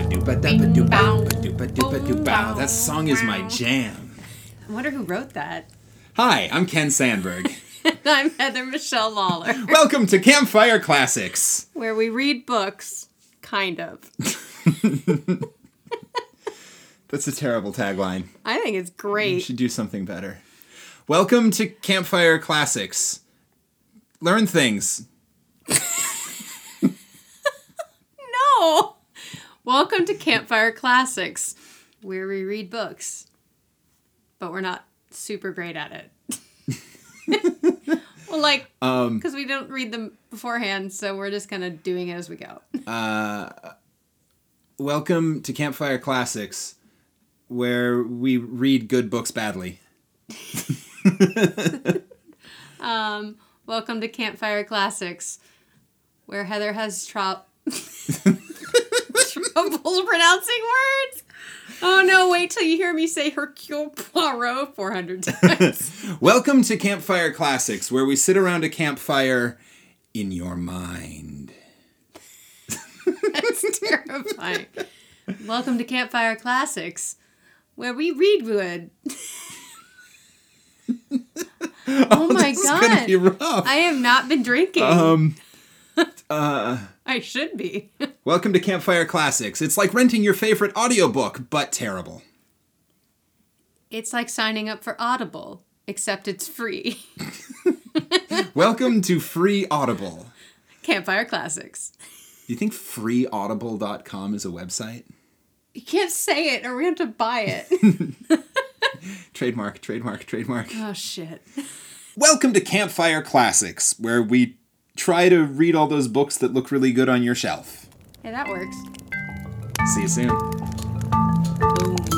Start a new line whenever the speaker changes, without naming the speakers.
Bing, bow,
Ba-do-ba-do-ba-do-ba-do-ba-do-ba.
boom,
That song is my
wow.
jam.
I wonder who wrote that.
Hi, I'm Ken Sandberg.
I'm Heather Michelle Lawler,
Welcome to Campfire Classics.
where we read books, kind of.
That's a terrible tagline.
I think it's
You
great.
should do something better. Welcome to Campfire Classics. Learn things.
No! Welcome to Campfire Classics, where we read books, but we're not super great at it. well, like, because we don't read them beforehand, so we're just kind of doing it as we go.
Welcome to Campfire Classics, where we read good books badly.
Welcome to Campfire Classics, where Heather has trou- trouble pronouncing words. Oh no, wait till you hear me say Hercule Poirot 400 times.
Welcome to Campfire Classics, where we sit around a campfire in your mind.
That's terrifying. Welcome to Campfire Classics, where we read wood. oh, my
This is gonna
god.
be rough.
I have not been drinking.
Um, uh,
I should be.
Welcome to Campfire Classics. It's like renting your favorite audiobook, but terrible.
it's like signing up for Audible, except it's free.
Welcome to Free Audible.
Campfire Classics.
Do you think freeaudible.com is a website?
You can't say it or we have to buy it.
Trademark, trademark, trademark.
oh shit.
Welcome to Campfire Classics, where we try to read all those books that look really good on your shelf.
Hey, that works.
See you soon.
Boom.